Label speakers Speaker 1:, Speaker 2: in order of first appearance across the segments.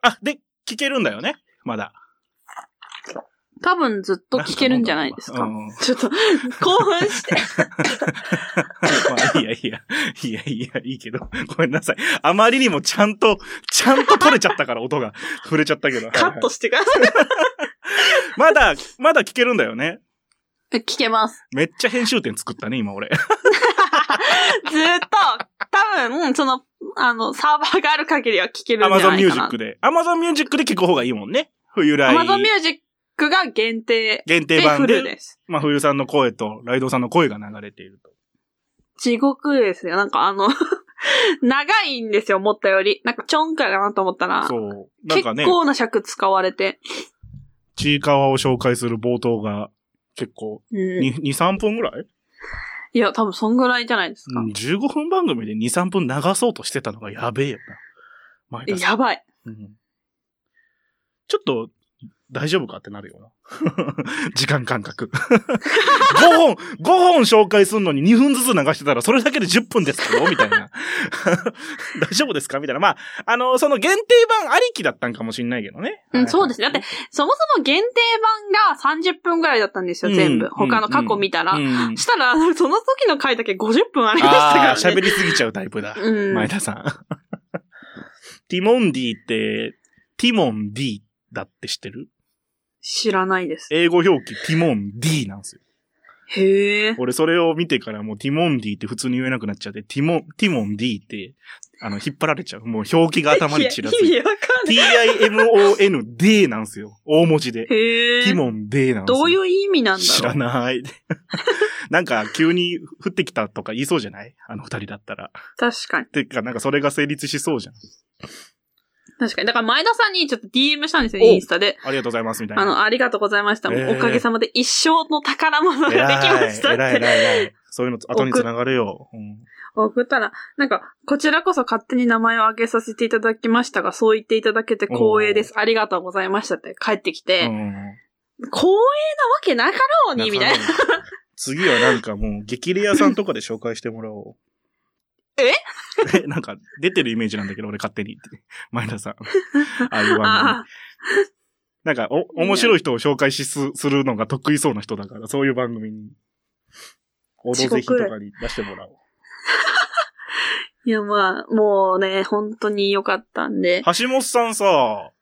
Speaker 1: あ、で、聞けるんだよねまだ。
Speaker 2: 多分ずっと聞けるんじゃないですか。
Speaker 1: うん うん
Speaker 2: ちょっと、興奮して。
Speaker 1: まあ、いいやいいや、いいやいいや、いいけど、 ごめんなさい。あまりにもちゃんと、ちゃんと取れちゃったから、音が。 触れちゃったけど。はいはい
Speaker 2: カットしてください。
Speaker 1: まだ、まだ聞けるんだよね。
Speaker 2: 聞けます。
Speaker 1: めっちゃ編集点作ったね、今俺。
Speaker 2: ずっと、多分、その、あの、サーバーがある限りは聞けるんじゃないか
Speaker 1: Amazon
Speaker 2: な。
Speaker 1: Music で。Amazon Music で聞く方がいいもんね。冬来。
Speaker 2: Amazon Music が限定
Speaker 1: 限定
Speaker 2: で
Speaker 1: 版
Speaker 2: フル
Speaker 1: で。
Speaker 2: です。
Speaker 1: まあ、冬さんの声と、ライドさんの声が流れていると。
Speaker 2: 地獄ですよ。なんかあの、 長いんですよ、思ったより。なんかちょんかいかなと思ったら。
Speaker 1: そう。なん
Speaker 2: 結
Speaker 1: かね、
Speaker 2: 構な尺使われて。
Speaker 1: ちいかわを紹介する冒頭が、結構、
Speaker 2: うん、い
Speaker 1: 2、3分ぐらい
Speaker 2: や、多分そんぐらいじゃないですか。
Speaker 1: うん ?15 分番組で2、3分流そうとしてたのがやべえよな。前田さん
Speaker 2: やばい。
Speaker 1: うんちょっと、大丈夫かってなる よな。時間感覚。5本、5本紹介するのに2分ずつ流してたら、それだけで10分ですけど、みたいな。 大丈夫ですかみたいな。まあ、あの、その限定版ありきだったんかもしんないけどね。
Speaker 2: うん、そうです
Speaker 1: ね。
Speaker 2: ね。だって、そもそも限定版が30分ぐらいだったんですよ、
Speaker 1: うん
Speaker 2: 全部。
Speaker 1: うん
Speaker 2: 他の過去見たら。
Speaker 1: うん
Speaker 2: したら、その時の回だけ50分ありましたから、
Speaker 1: あ
Speaker 2: ね。
Speaker 1: ー喋りすぎちゃうタイプだ。
Speaker 2: うん。
Speaker 1: 前田さん。ティモンディって、ティモンディだって知ってる
Speaker 2: 知らないです。
Speaker 1: 英語表記ティモンディなんですよ。
Speaker 2: へえ。
Speaker 1: 俺それを見てからもうティモンディって普通に言えなくなっちゃって、ティモン、ティモンディって、あの、引っ張られちゃう。もう表記が頭にちらつ
Speaker 2: い
Speaker 1: いて。
Speaker 2: や意味わかんない。
Speaker 1: t-i-m-o-n-d なんですよ。大文字で。
Speaker 2: へ
Speaker 1: ティ
Speaker 2: え。
Speaker 1: モンデーなんですよ。
Speaker 2: どういう意味なんだろう。
Speaker 1: 知らない。 なんか急に降ってきたとか言いそうじゃないあの二人だったら。
Speaker 2: 確かに。
Speaker 1: てか、なんかそれが成立しそうじゃん。
Speaker 2: 確かに。だから前田さんにちょっと DM したんですよ、
Speaker 1: お
Speaker 2: インスタで。
Speaker 1: ありがとうございます、みたいな。
Speaker 2: あの、ありがとうございました。もう
Speaker 1: えー
Speaker 2: おかげさまで一生の宝物ができましたっ
Speaker 1: 偉い、偉い、偉
Speaker 2: て。
Speaker 1: い。そういうの後に繋がれよ。うん
Speaker 2: 送ったら、なんか、こちらこそ勝手に名前を挙げさせていただきましたが、そう言っていただけて光栄です。ありがとうございましたって帰ってきて、
Speaker 1: うん
Speaker 2: 光栄なわけなかろうに、みたいな。
Speaker 1: 仲間に次はなんかもう、激レアさんとかで紹介してもらおう。
Speaker 2: え
Speaker 1: えなんか、出てるイメージなんだけど、俺勝手に。前田さん。ああいう番組
Speaker 2: あ。
Speaker 1: なんか、お、面白い人を紹介しす、するのが得意そうな人だから、そういう番組に。オドぜひとかに出してもらおう。
Speaker 2: いや、まあ、もうね、本当に良かったんで、
Speaker 1: 橋本さんさ、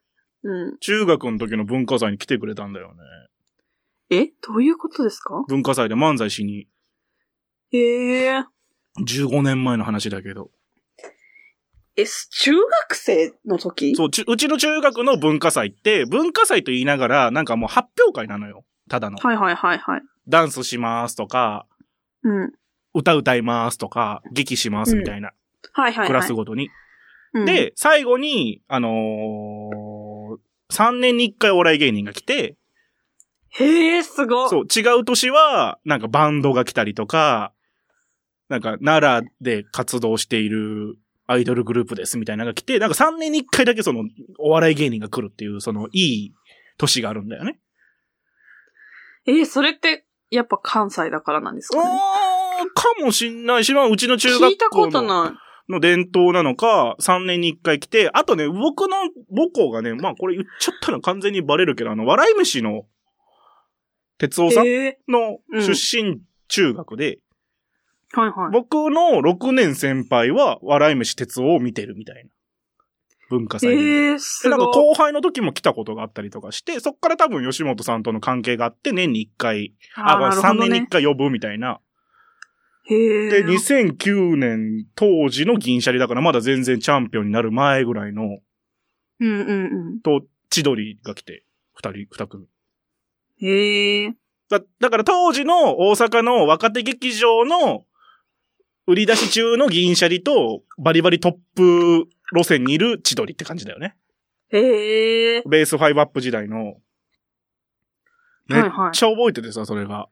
Speaker 2: うん。
Speaker 1: 中学の時の文化祭に来てくれたんだよね。
Speaker 2: えどういうことですか
Speaker 1: 文化祭で漫才しに。
Speaker 2: へえ。
Speaker 1: 15年前の話だけど。
Speaker 2: え、中学生の時
Speaker 1: そう、ちゅうちの中学の文化祭って、文化祭と言いながら、なんかもう発表会なのよ。ただの。
Speaker 2: はいはいはいはい。
Speaker 1: ダンスしますとか、
Speaker 2: うん。
Speaker 1: 歌歌いますとか、劇しますみたいな、
Speaker 2: はいはいはい。
Speaker 1: クラスごとに。
Speaker 2: うん、
Speaker 1: で、最後に、あのー、3年に1回お笑い芸人が来て、
Speaker 2: へえ、すごい。
Speaker 1: そう、違う年は、なんかバンドが来たりとか、なんか奈良で活動しているアイドルグループですみたいなのが来て、なんか3年に1回だけその、お笑い芸人が来るっていう、その、いい年があるんだよね。
Speaker 2: えーそれって、やっぱ関西だからなんですか、ね、
Speaker 1: おーかもしんないし、まあ、うちの中
Speaker 2: 聞いた
Speaker 1: 学
Speaker 2: こ
Speaker 1: 校
Speaker 2: と
Speaker 1: の
Speaker 2: な
Speaker 1: の伝統なのか、3年に1回来て、あとね、僕の母校がね、まあこれ言っちゃったら完全にバレるけど、あの、笑い飯の、哲夫
Speaker 2: い。
Speaker 1: さん
Speaker 2: え
Speaker 1: の
Speaker 2: うん
Speaker 1: 出身中学で、
Speaker 2: ー、はいはい。
Speaker 1: 僕の6年先輩は笑い飯哲夫を見てるみたいな。文化
Speaker 2: え
Speaker 1: 祭で。
Speaker 2: ー、す
Speaker 1: でなんか
Speaker 2: ごい。
Speaker 1: 後輩の時も来たことがあったりとかして、そっから多分吉本さんとの関係があって、年に1回、あ、
Speaker 2: ー
Speaker 1: 3年に1。回呼ぶみたいな。
Speaker 2: へー
Speaker 1: で、2009年当時の銀シャリだから、まだ全然チャンピオンになる前ぐらいの、
Speaker 2: うんうんうん。
Speaker 1: と、千鳥が来て、二人、二組。
Speaker 2: へえ。
Speaker 1: だ、だから当時の大阪の若手劇場の売り出し中の銀シャリとバリバリトップ路線にいる千鳥って感じだよね。
Speaker 2: へえ。
Speaker 1: ベースファイブアップ時代の。めっ
Speaker 2: はいはい
Speaker 1: ちゃ覚えててさ、それが。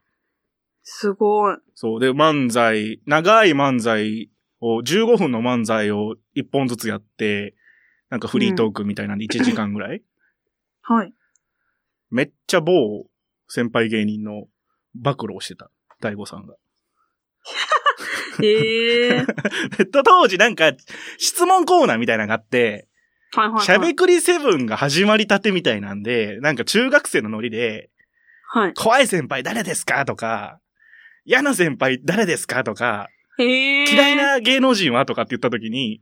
Speaker 2: すごい。
Speaker 1: そう。で、漫才、長い漫才を、15分の漫才を1本ずつやって、なんかフリートークみたいなんで1時間ぐらい、
Speaker 2: はい。
Speaker 1: めっちゃ某先輩芸人の暴露をしてた、大悟さんが。
Speaker 2: へえ。
Speaker 1: えっと、当時なんか質問コーナーみたいなのがあって、
Speaker 2: はいはい。
Speaker 1: しゃべくりセブンが始まりたてみたいなんで、なんか中学生のノリで、
Speaker 2: はい。
Speaker 1: 怖い先輩誰ですかとか、嫌な先輩誰ですかとか、
Speaker 2: へえ。
Speaker 1: 嫌い。な芸能人はとかって言った時に、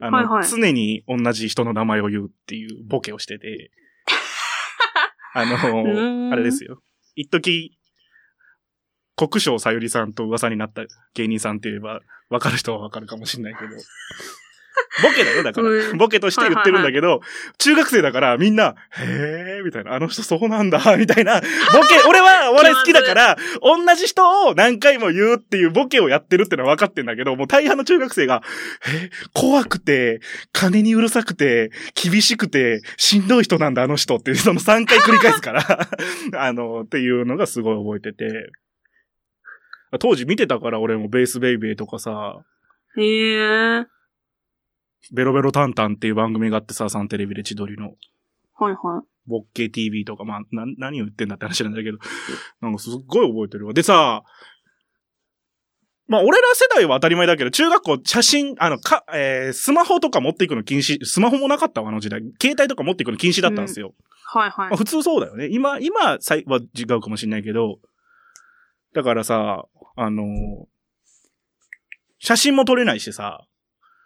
Speaker 1: あの、
Speaker 2: はいはい
Speaker 1: 常に同じ人の名前を言うっていうボケをして て、あ
Speaker 2: ー
Speaker 1: の、
Speaker 2: ん
Speaker 1: あれですよ。一時国章さゆりさんと噂になった芸人さんって言えば、わかる人はわかるかもしんないけ ど。ボケだよ、だから。
Speaker 2: う ん
Speaker 1: ボケとして言ってるんだけど、中学生だからみんな、へー、みたいな、あの人そうなんだ、みたいな、ボケ、俺はお笑い好きだから、同じ人を何回も言うっていうボケをやってるってのは分かってんだけど、もう大半の中学生が、え、怖くて、金にうるさくて、厳しくて、しんどい人なんだ、あの人っていう、その3回繰り返すから、 あの、っていうのがすごい覚えてて。当時見てたから、俺もベースベイベーとかさ、
Speaker 2: へえ。
Speaker 1: ベロベロタンタンっていう番組があってさ、サンテレビで千鳥の。
Speaker 2: はいは
Speaker 1: ボッケ TV とか、まあ、な、何を言ってんだって話なんだけど、なんかすっごい覚えてるわ。でさ、まあ、俺ら世代は当たり前だけど、中学校写真、あの、か、えースマホとか持っていくの禁止、スマホもなかったわ、あの時代。携帯とか持っていくの禁止だったんですよ。
Speaker 2: い。はいは
Speaker 1: まあ、
Speaker 2: い。
Speaker 1: 普通そうだよね。今、今さいは違うかもしれないけど、だからさ、あの写真も撮れないしさ、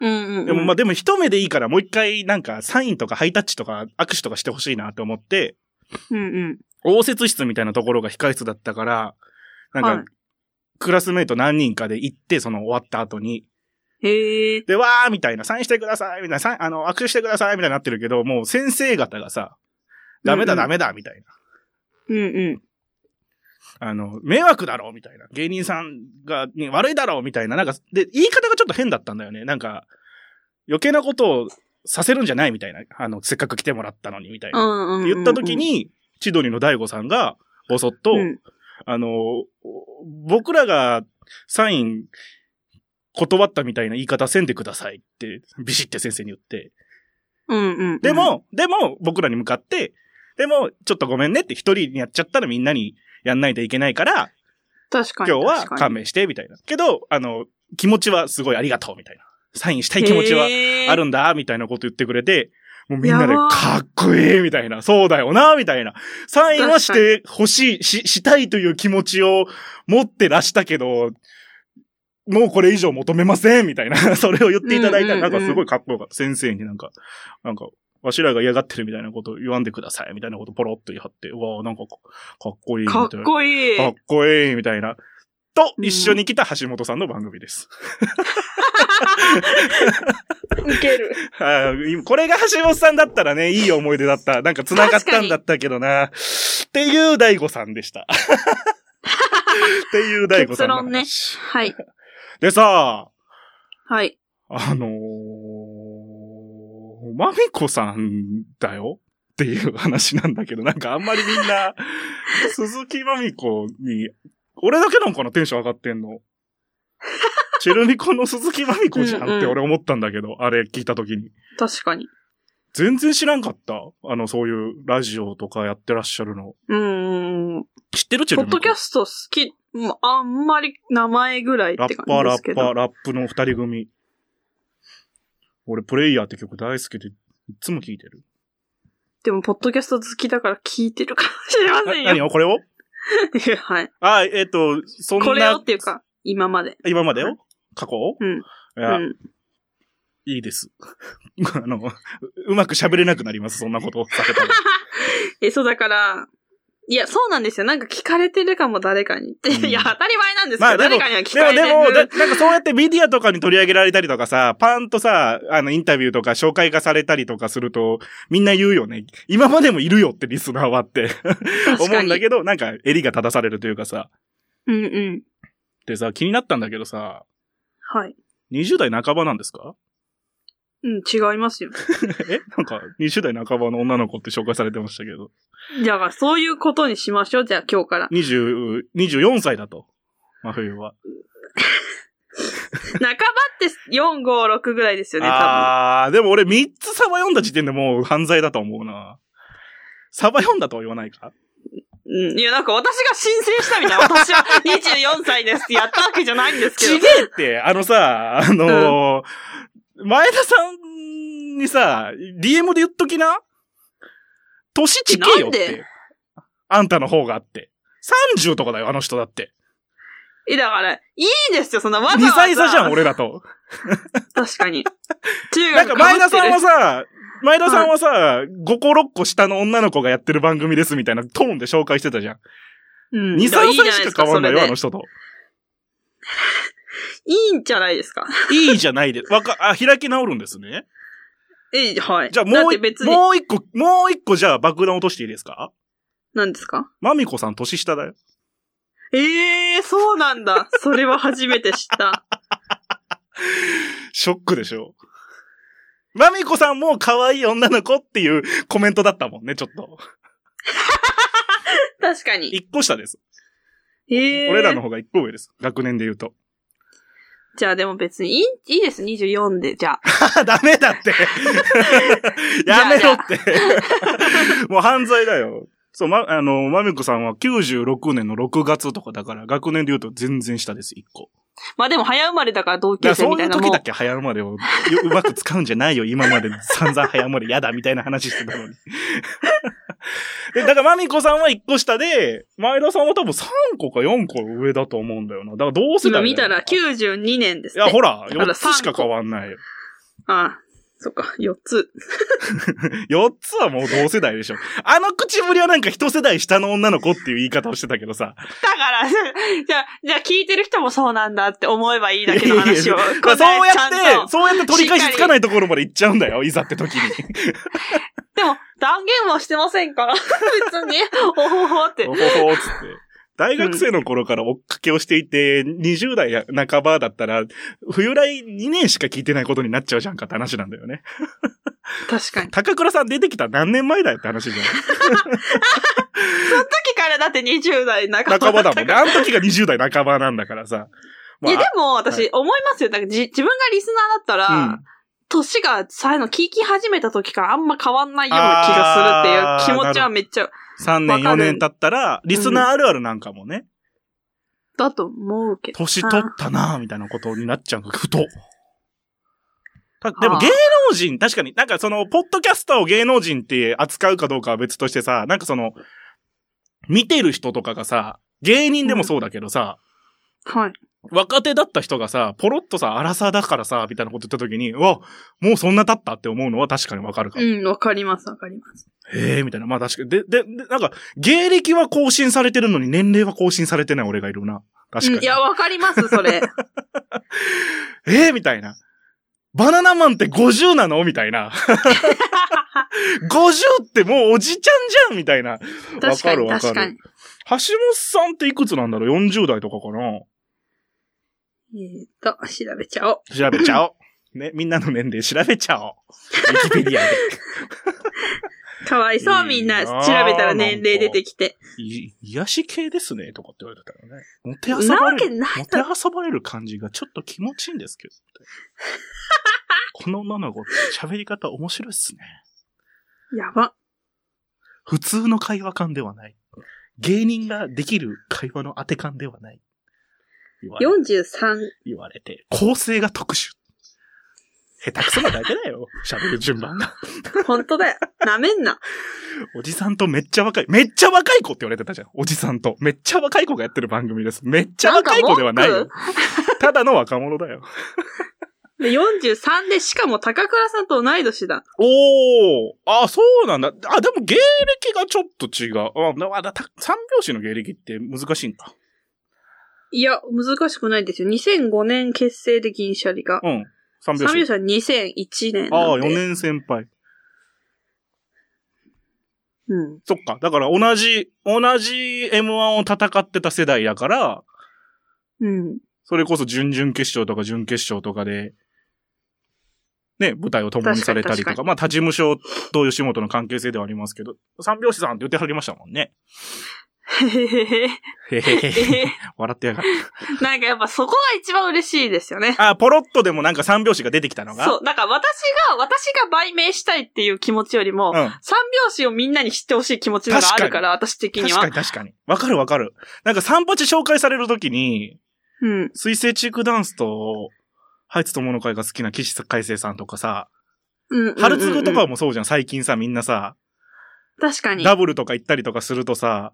Speaker 2: うんうんうん。
Speaker 1: でもまあでも一目でいいからもう一回なんかサインとかハイタッチとか握手とかしてほしいなと思って、
Speaker 2: うんうん。
Speaker 1: 応接室みたいなところが控室だったから、なんか、
Speaker 2: はい
Speaker 1: クラスメイト何人かで行って、その終わった後に、
Speaker 2: へえ。
Speaker 1: で、わーみたいな、サインしてくださいみたいな、サイン、あの、握手してくださいみたいになってるけど、もう先生方がさ、ダメだ
Speaker 2: うんうん
Speaker 1: ダメだみたいな。
Speaker 2: うんうん。
Speaker 1: あの、迷惑だろみたいな。芸人さんが、に悪いだろみたいな。なんか、で、言い方がちょっと変だったんだよね。なんか、余計なことをさせるんじゃないみたいな。あの、せっかく来てもらったのに、みたいな。
Speaker 2: うんうんうんうん。
Speaker 1: 言った時に、千鳥の大悟さんが、ぼそっと、
Speaker 2: うん、
Speaker 1: あの、お僕らがサイン断ったみたいな言い方せんでくださいって、ビシって先生に言って。
Speaker 2: うんうんうん。
Speaker 1: で、も、でも僕らに向かって、でも、ちょっとごめんねって一人にやっちゃったらみんなにやんないといけないから、
Speaker 2: 確かに。
Speaker 1: 今日は
Speaker 2: 確かに
Speaker 1: 勘弁して、みたいな。けど、あの、気持ちはすごいありがとう、みたいな。サインしたい気持ちは あるんだ、みたいなこと言ってくれて、もうみんなで、
Speaker 2: やば
Speaker 1: かっこいいみたいな、そうだよな、みたいな。サインはしてほしい、し、したいという気持ちを持ってらしたけど、もうこれ以上求めません、みたいな。 それを言っていただいた
Speaker 2: うん
Speaker 1: ら、
Speaker 2: うん
Speaker 1: な
Speaker 2: うん
Speaker 1: んかすごいかっこよかった。先生になんか、なんか、わしらが嫌がってるみたいなこと言わんでください、みたいなことポロッと言い張って、うわあなんかかかっこいいみたい
Speaker 2: か
Speaker 1: な。
Speaker 2: っこいい。
Speaker 1: かっこいい、みたいな。と、一緒に来た橋本さんの番組です。
Speaker 2: いける。
Speaker 1: あー今これが橋本さんだったらね、いい思い出だった。なんか繋がったんだったけどな。っていう大悟さんでした。っていう大悟さんの話。
Speaker 2: 結はい。
Speaker 1: でさ、
Speaker 2: はい。
Speaker 1: あのー、まみこさんだよっていう話なんだけど、なんかあんまりみんな、鈴木まみこに、俺だけなんかなテンション上がってん の。チェルミコの鈴木まみこじゃんって俺思ったんだけど、あれ聞いたときに。
Speaker 2: 確かに。
Speaker 1: 全然知らんかった。あの、そういうラジオとかやってらっしゃるの。
Speaker 2: うーん。
Speaker 1: 知ってるチェ
Speaker 2: ポ
Speaker 1: ル
Speaker 2: ッ
Speaker 1: ミ
Speaker 2: ド
Speaker 1: コ
Speaker 2: キャスト好き、まあんまり名前ぐらいっ
Speaker 1: ラ
Speaker 2: て
Speaker 1: ッ
Speaker 2: 感
Speaker 1: パー、
Speaker 2: じで
Speaker 1: ラ
Speaker 2: すけ
Speaker 1: ッ
Speaker 2: ど。
Speaker 1: パー、ラップの二人組。俺、プレイヤーって曲大好きで、いつも聴いてる。
Speaker 2: でも、ポッドキャスト好きだから聞いてるかもしれま
Speaker 1: な
Speaker 2: せんよ。
Speaker 1: 何をこれを
Speaker 2: はい。
Speaker 1: あ、えっ、と、そ
Speaker 2: こ
Speaker 1: ん
Speaker 2: れを
Speaker 1: な
Speaker 2: っ、ていうか、今まで。
Speaker 1: 今までよ過去を
Speaker 2: うん。
Speaker 1: いうや、
Speaker 2: ん。
Speaker 1: いいです。 あの、ううまく喋れなくなります、そんなことをされたら。
Speaker 2: え、そうだから、いや、そうなんですよ。なんか聞かれてるかも、誰かに。って
Speaker 1: うん
Speaker 2: いや、当たり前なんですけど、
Speaker 1: まあでも
Speaker 2: 誰かには聞かれて
Speaker 1: で
Speaker 2: る。
Speaker 1: も、でも、だなんかそうやってメディアとかに取り上げられたりとかさ、パンとさ、あの、インタビューとか紹介がされたりとかすると、みんな言うよね。今までもいるよってリスナーはって
Speaker 2: 確
Speaker 1: 思
Speaker 2: か
Speaker 1: うんだ
Speaker 2: に。
Speaker 1: けど、なんか襟が正されるというかさ。
Speaker 2: うんうん。
Speaker 1: でさ、気になったんだけどさ、
Speaker 2: はい。
Speaker 1: 20代半ばなんですか
Speaker 2: うん、違いますよ。
Speaker 1: えなんか、20代半ばの女の子って紹介されてましたけど。
Speaker 2: だから、そういうことにしましょう。じゃあ、今日から。
Speaker 1: 20、24歳だと。真冬は。
Speaker 2: 半ばって4、5、6ぐらいですよね、多
Speaker 1: あー、でも俺3つサバ読んだ時点でもう犯罪だと思うな。サバ読んだとは言わないか
Speaker 2: 分。うん。いや、なんか私が申請したみたいな。私は24歳ですってやったわけじゃないんですけ
Speaker 1: ち
Speaker 2: ど。
Speaker 1: げえって、あのさ、あのー前田さんんにさ、DM で言っときな。年近えよっ
Speaker 2: なん
Speaker 1: て
Speaker 2: で。
Speaker 1: あんたの方があって。30とかだよ、あの人だって。
Speaker 2: え、だから、いいですよ、そんなわざわ
Speaker 1: 2
Speaker 2: ざ。
Speaker 1: 歳差じゃん、。俺らと。
Speaker 2: 確かに。中
Speaker 1: なん
Speaker 2: 学
Speaker 1: か
Speaker 2: か
Speaker 1: 前
Speaker 2: ぶ
Speaker 1: 田
Speaker 2: って
Speaker 1: さん
Speaker 2: る
Speaker 1: はさ、前田さんはさ、5個6個下の女の子がやってる番組ですみたいなトーンで紹介してたじゃん。
Speaker 2: うん。
Speaker 1: 2、3
Speaker 2: だらいい
Speaker 1: 歳
Speaker 2: じゃないで
Speaker 1: し
Speaker 2: す
Speaker 1: か変わんないよ、あ
Speaker 2: それ
Speaker 1: の
Speaker 2: で
Speaker 1: 人と。
Speaker 2: いいんじゃないですか。
Speaker 1: いいじゃないで。わか、あ、開き直るんですね。
Speaker 2: え、はい。
Speaker 1: じゃあ
Speaker 2: だ
Speaker 1: も
Speaker 2: っ
Speaker 1: う
Speaker 2: て
Speaker 1: い、
Speaker 2: 別に、
Speaker 1: もう一個、もう一個じゃあ爆弾落としていいですか
Speaker 2: 何ですか
Speaker 1: マミコさん年下だよ。
Speaker 2: ええー、そうなんだ。それは初めて知った。
Speaker 1: ショックでしょ。マミコさんも可愛い女の子っていうコメントだったもんね、ちょっと。
Speaker 2: 確かに。
Speaker 1: 一個下です。
Speaker 2: ええー。
Speaker 1: 俺らの方が一個上です。学年で言うと。
Speaker 2: じゃあでも別にいい、いいです、24で。じゃあ。
Speaker 1: あダメだって やめろって もう犯罪だよ。そう、ま、あの、マミコさんは96年の6月とかだから、学年で言うと全然下です、一個。
Speaker 2: まあでも早生まれだから同級
Speaker 1: だから
Speaker 2: 生
Speaker 1: そう
Speaker 2: みた
Speaker 1: い
Speaker 2: いうなも
Speaker 1: 時
Speaker 2: ん
Speaker 1: だ。け早生まれをようまく使うんじゃないよ、今まで散々早生まれやだみたいな話してたのに。 で、だからマミコさんは1個下で、前田さんは多分3個か4個上だと思うんだよな。だから同世代だ
Speaker 2: 今
Speaker 1: よ
Speaker 2: 見たら
Speaker 1: い
Speaker 2: 92年です、ね。
Speaker 1: や、ほら、
Speaker 2: だか
Speaker 1: 4
Speaker 2: ら3個
Speaker 1: つしか変わんないよ。
Speaker 2: ああ、そっか、4つ。
Speaker 1: 4つはもう同世代でしょ。あの口ぶりはなんか一世代下の女の子っていう言い方をしてたけどさ。
Speaker 2: だから、 じゃあ、じゃあ聞いてる人もそうなんだって思えばいいだけの話を。
Speaker 1: いやいや
Speaker 2: こんな
Speaker 1: そうや
Speaker 2: ちゃ
Speaker 1: っ
Speaker 2: ん
Speaker 1: て、
Speaker 2: と
Speaker 1: そうやって取り返しつかないところまで行っちゃうんだよ、いざって時に。
Speaker 2: でも、断言はしてませんから。別 に、おほほって
Speaker 1: お。ほほーっつって。大学生の頃から追っかけをしていて、20代半ばだったら、冬来2年しか聞いてないことになっちゃうじゃんかって話なんだよね。
Speaker 2: 確かに。
Speaker 1: 高倉さん出てきた何年前だよって話じ ゃ
Speaker 2: その時からだって20代
Speaker 1: ん。
Speaker 2: 半ば
Speaker 1: 半ばだ
Speaker 2: った
Speaker 1: もんね。あの時が20代半ばなんだからさ。
Speaker 2: いや、で
Speaker 1: あ
Speaker 2: も、私、思いますよ。なんかじ、自分がリスナーだったら、
Speaker 1: うん
Speaker 2: 年が、さ、の、聞き始めた時からあんま変わんないような気がするっていう気持ちはめっちゃ、
Speaker 1: 3年
Speaker 2: わか
Speaker 1: 4
Speaker 2: る
Speaker 1: 年経ったら、リスナーあるあるなんかもね、
Speaker 2: だと思うけど。
Speaker 1: 年取ったなぁみたいなことになっちゃうふと。たでも
Speaker 2: あー
Speaker 1: 芸能人、確かに、なんかその、ポッドキャスターを芸能人って扱うかどうかは別としてさ、なんかその、見てる人とかがさ、芸人でもそうだけどさ、
Speaker 2: はい。
Speaker 1: 若手だった人がさ、ポロッとさ、荒さだからさ、みたいなこと言った時に、うわ、もうそんな経ったって思うのは確かにわかるかも。
Speaker 2: うん、わかります、わかります。
Speaker 1: へえ、みたいな。まあ確かに。で、で、でなんか、芸歴は更新されてるのに年齢は更新されてない俺がいるな。確かに。
Speaker 2: うんいや、わかります、それ。
Speaker 1: えー、みたいな。バナナマンって50なのみたいな。50ってもうおじちゃんじゃんみたいな。わ
Speaker 2: 確か
Speaker 1: かる
Speaker 2: に、
Speaker 1: わか
Speaker 2: 確か
Speaker 1: る
Speaker 2: に。。
Speaker 1: 橋本さんっていくつなんだろう ?40 代とかかな
Speaker 2: えっと、調べちゃおう。
Speaker 1: 調べちゃおう。ね、みんなの年齢調べちゃおう。ウィキペディアで。
Speaker 2: かわいそう、
Speaker 1: いいな
Speaker 2: みんな。調べたら年齢出てきて。
Speaker 1: い癒し系ですね、とかって言われてたらね。もてあ
Speaker 2: な
Speaker 1: そば
Speaker 2: わ
Speaker 1: れ
Speaker 2: け
Speaker 1: る。
Speaker 2: ない
Speaker 1: もて
Speaker 2: だろ。
Speaker 1: あそばれる感じがちょっと気持ちいいんですけど。みたいなこの女の子喋り方面白いっすね。
Speaker 2: やば。
Speaker 1: 普通の会話感ではない。芸人ができる会話の当て感ではない。言われ
Speaker 2: 43。
Speaker 1: 言われて。構成が特殊。下手くそなだけだよ。喋る順番が。
Speaker 2: 本当だよ。なめんな。
Speaker 1: おじさんとめっちゃ若い。めっちゃ若い子って言われてたじゃん。おじさんと。めっちゃ若い子がやってる番組です。めっちゃ若い子ではない
Speaker 2: な
Speaker 1: よ
Speaker 2: ん。
Speaker 1: ただの若者だよ。
Speaker 2: で43で、しかも高倉さんと同い年だ。
Speaker 1: おー。あ、そうなんだ。あ、でも芸歴がちょっと違う。あ、なまだた三拍子の芸歴って難しいんだ。
Speaker 2: いや、難しくないですよ。2005年結成で銀シャリが。
Speaker 1: うん。三
Speaker 2: 三
Speaker 1: 拍子。
Speaker 2: 拍子は2001年
Speaker 1: あ
Speaker 2: な
Speaker 1: あ、
Speaker 2: ん
Speaker 1: 4
Speaker 2: で。
Speaker 1: 年先輩。
Speaker 2: うん。
Speaker 1: そっか。だから同じ、同じ M1 を戦ってた世代だから、
Speaker 2: うん。
Speaker 1: それこそ準々決勝とか準決勝とかで、ね、舞台を共にされたりとか、
Speaker 2: 確か
Speaker 1: まあ、他事務所と吉本の関係性ではありますけど、三拍子さんって言ってはりましたもん ね。
Speaker 2: へへへへ。
Speaker 1: へへへへ。
Speaker 2: え
Speaker 1: 笑ってやがる。
Speaker 2: ーなんかやっぱそこが一番嬉しいですよね。
Speaker 1: あ、ポロッとでもなんか三拍子が出てきたのが。
Speaker 2: そう。だから私が、私が売名したいっていう気持ちよりも、
Speaker 1: うん。
Speaker 2: 三拍子をみんなに知ってほしい気持ちのがあるから、私的に
Speaker 1: 確
Speaker 2: は
Speaker 1: か。に確かに。わかるわかる。なんか三八紹介されるときに、
Speaker 2: うん。
Speaker 1: 水星チークダンスと、ハイツ友の会が好きな岸海星さんとかさ、
Speaker 2: うんうんうん
Speaker 1: 春つぐとかもそうじゃん。最近さ、みんなさ、
Speaker 2: 確かに。
Speaker 1: ダブルとか行ったりとかするとさ、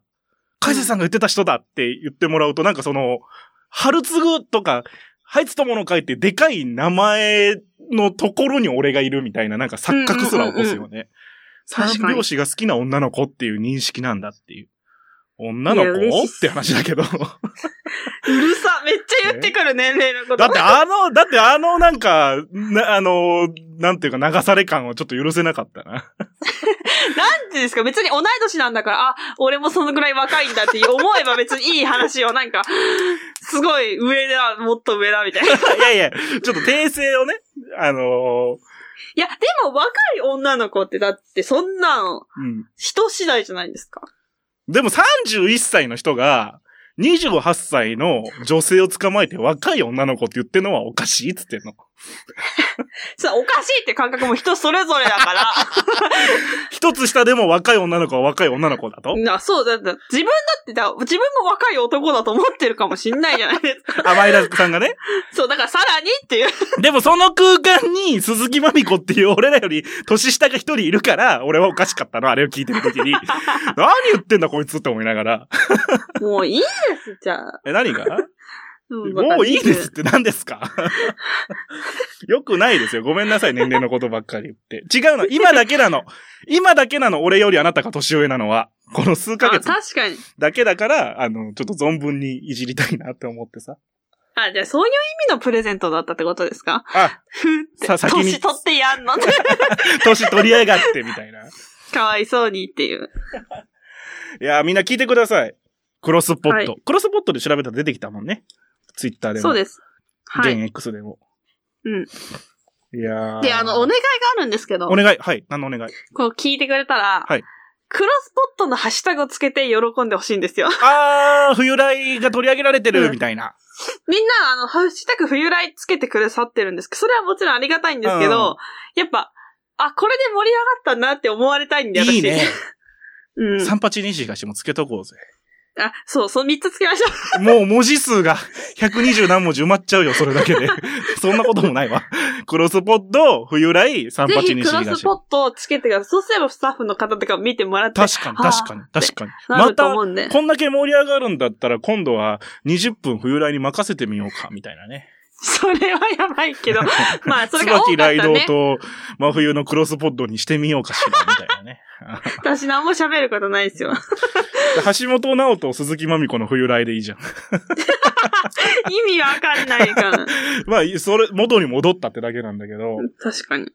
Speaker 1: カイセイさんが言ってた人だって言ってもらうと、なんかその、春つぐとか、ハイツ友の会ってでかい名前のところに俺がいるみたいな、なんか錯覚すら起こすよね。三
Speaker 2: 確かに
Speaker 1: 拍。子が好きな女の子っていう認識なんだっていう。女の
Speaker 2: いや
Speaker 1: 子
Speaker 2: 嬉しいっす
Speaker 1: って話だけ ど。
Speaker 2: うるさめっちゃ言ってくる年齢のこと。
Speaker 1: だってあの、だってあのなんか、なあの、なんていうか流され感はちょっと許せなかったな。
Speaker 2: なんていうんですか別に同い年なんだから、あ、俺もそのぐらい若いんだって思えば別にいい話をなんか、すごい上だ、もっと上だ みたいな。い
Speaker 1: いやいや、ちょっと訂正をね、あの
Speaker 2: や、でも若い女の子ってだってそんなん
Speaker 1: うん。
Speaker 2: 人次第じゃないですか。
Speaker 1: でも31歳の人が、28歳の女性を捕まえて若い女の子って言ってるのはおかしいっつってんの。
Speaker 2: さ、おかしいって感覚も人それぞれだから。
Speaker 1: 一つ下でも若い女の子は若い女の子だと。
Speaker 2: な、そうだ、だ自分だってだ、自分も若い男だと思ってるかもしんないじゃないですか。
Speaker 1: 甘いらさんがね。
Speaker 2: そう、だからさらにっていう。
Speaker 1: でもその空間に鈴木まみ子っていう俺らより年下が一人いるから、俺はおかしかったの、あれを聞いてるときに。何言ってんだこいつって思いながら。
Speaker 2: もういいです、じゃあ。
Speaker 1: え、何が
Speaker 2: うん
Speaker 1: もういいですっ。て何です かよくないですよ。ごめんなさい、年齢のことばっかり言って。違うの、今だけなの。今だけなの、俺よりあなたが年上なのは。この数ヶ
Speaker 2: あ、
Speaker 1: 月
Speaker 2: 確かに。
Speaker 1: だけだから、あの、ちょっと存分にいじりたいなって思ってさ。
Speaker 2: あ、じゃあそういう意味のプレゼントだったってことですか
Speaker 1: あ、
Speaker 2: ふーって。
Speaker 1: さ先に
Speaker 2: 年取ってやんの
Speaker 1: 年取りやがって、みたいな。い
Speaker 2: かわいそうにっていう。
Speaker 1: やー、みんな聞いてください。クロスポット。
Speaker 2: はい
Speaker 1: クロスポットで調べたら出てきたもんね。ツイッターでも。
Speaker 2: そうです。は
Speaker 1: 現
Speaker 2: い。
Speaker 1: X でも。
Speaker 2: うん。
Speaker 1: いやー
Speaker 2: で、あの、お願いがあるんですけど
Speaker 1: お、願い。はい。何のお願い
Speaker 2: こう聞いてくれたら、
Speaker 1: はい
Speaker 2: クロスポットのハッシュタグをつけて喜んでほしいんですよ。
Speaker 1: あー、冬来が取り上げられてる、みたいな。
Speaker 2: みんな、あの、ハッシュタグ冬来つけてくださってるんですけど、それはもちろんありがたいんですけど、やっぱ、あ、これで盛り上がったなって思われたいんで、私。
Speaker 1: いいね。
Speaker 2: うん。
Speaker 1: 三八二東もつけとこうぜ。
Speaker 2: あ、そう、そう、3つつけましょ
Speaker 1: もう文字数が120何文字埋まっちゃうよ、それだけで。 そんなこともないわ。クロスポッド、冬来、 三
Speaker 2: う。ぜ
Speaker 1: 八
Speaker 2: ひ、
Speaker 1: 二
Speaker 2: クロ
Speaker 1: 東。
Speaker 2: スポットをつけてください。そうすればスタッフの方とかも見てもらって、
Speaker 1: 確かに、
Speaker 2: はあ
Speaker 1: 確かに、確かに。
Speaker 2: な
Speaker 1: ま
Speaker 2: ると
Speaker 1: た、
Speaker 2: 思うんで。
Speaker 1: こんだけ盛り上がるんだったら、今度は20分冬来に任せてみようか、みたいなね。
Speaker 2: それはやばいけ ど、まあ、それが多か
Speaker 1: 椿
Speaker 2: った
Speaker 1: 雷道
Speaker 2: ね。
Speaker 1: と真冬のクロスポッドにしてみようかしら、みたいなね。
Speaker 2: 私何も喋ることないですよ。
Speaker 1: 橋本直人、鈴木まみ子の冬来でいいじゃん。
Speaker 2: 意味わかんないから。
Speaker 1: まあ、それ、元に戻ったってだけなんだけど。
Speaker 2: 確かに。